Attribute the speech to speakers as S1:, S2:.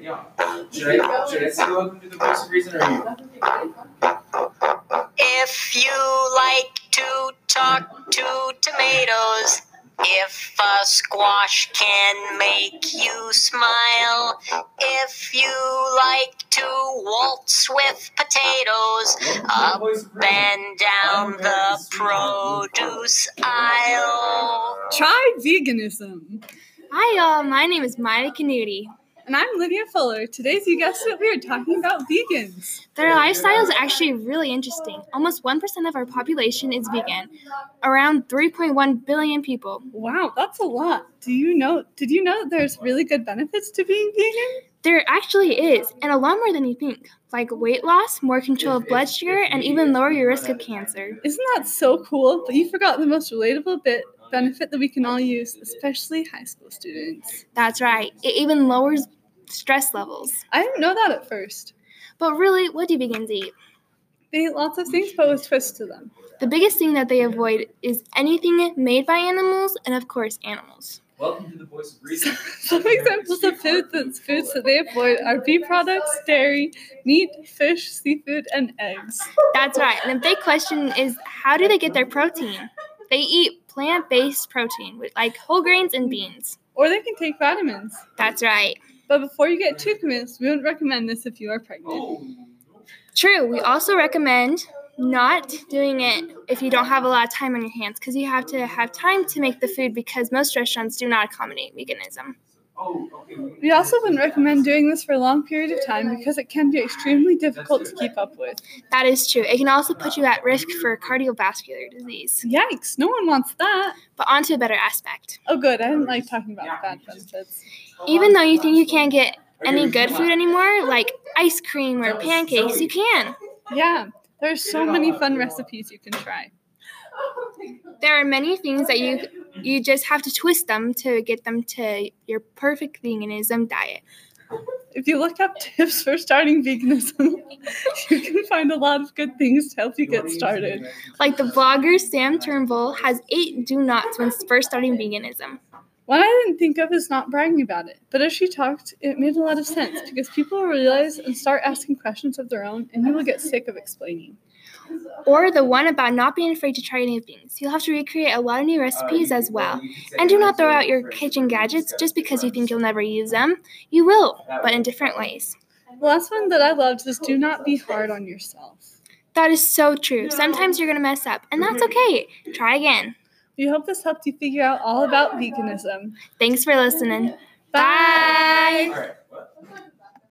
S1: Yeah. Should I, should I say welcome to the voice of reason or you?
S2: If you like to talk to tomatoes, if a squash can make you smile, if you like to waltz with potatoes
S1: Welcome to the
S3: Ah,
S1: voice of reason.
S2: and down the produce aisle.
S4: Try veganism.
S3: Hi, y'all. My name is Maya Canuti.
S4: And I'm Lydia Fuller. Today's You Guessed It, we are talking about vegans.
S3: Their lifestyle is actually really interesting. Almost 1% of our population is vegan, around 3.1 billion people.
S4: Wow, that's a lot. Do you know did you know that there's really good benefits to being vegan?
S3: There actually is, and a lot more than you think, like weight loss, more control of blood sugar, and even lower your risk of cancer.
S4: Isn't that so cool? But you forgot the most relatable bit benefit that we can all use, especially high school students.
S3: That's right, it even lowers stress levels.
S4: I didn't know that at first.
S3: But really, what do vegans eat?
S4: They eat lots of things but with twists to them.
S3: The biggest thing that they avoid is anything made by animals and, of course, animals.
S1: Welcome to the voice of reason.
S4: Some examples of food that's foods that they avoid are bee products, dairy, meat, fish, seafood, and eggs.
S3: That's right, and the big question is how do they get their protein? They eat plant based protein, with- like whole grains and beans.
S4: Or they can take vitamins.
S3: That's right.
S4: But before you get too convinced, we wouldn't recommend this if you are pregnant.
S1: Oh,
S3: True, we also recommend not doing it if you don't have a lot of time on your hands because you have to have time to make the food because most restaurants do not accommodate veganism.
S1: oh, okay. we-
S4: We also wouldn't recommend doing this for a long period of time because it can be extremely difficult to keep up with.
S3: That is true. It can also put you at risk for cardiovascular disease.
S4: Yikes, no one wants that.
S3: But on to a better aspect.
S4: Oh, good, I didn't like talking about bad benefits.
S3: Even though you think you can't get any good food anymore, like ice cream or pancakes, you can.
S4: Yeah, there are so many fun recipes you can try.
S3: There are many things that you you just have to twist them to get them to your perfect veganism diet.
S4: If you look up tips for starting veganism, you can find a lot of good things to help you get started.
S3: Like the vlogger Sam Turnbull has eight do nots when first starting veganism.
S4: One I didn't think of is not bragging about it, but as she talked, it made a lot of sense because people will realize and start asking questions of their own, and you will get sick of explaining.
S3: Or the one about not being afraid to try new things. You'll have to recreate a lot of new recipes
S1: Uh,
S3: as well. And do not throw out your kitchen gadgets just because you think you'll never use them. You will, but in different ways.
S4: The last one that I loved was do not be hard on yourself.
S3: That is so true. Sometimes you're going to mess up, and that's okay. Try again.
S4: We hope this helped you figure out all about veganism.
S3: Thanks for listening. Bye.
S1: All right.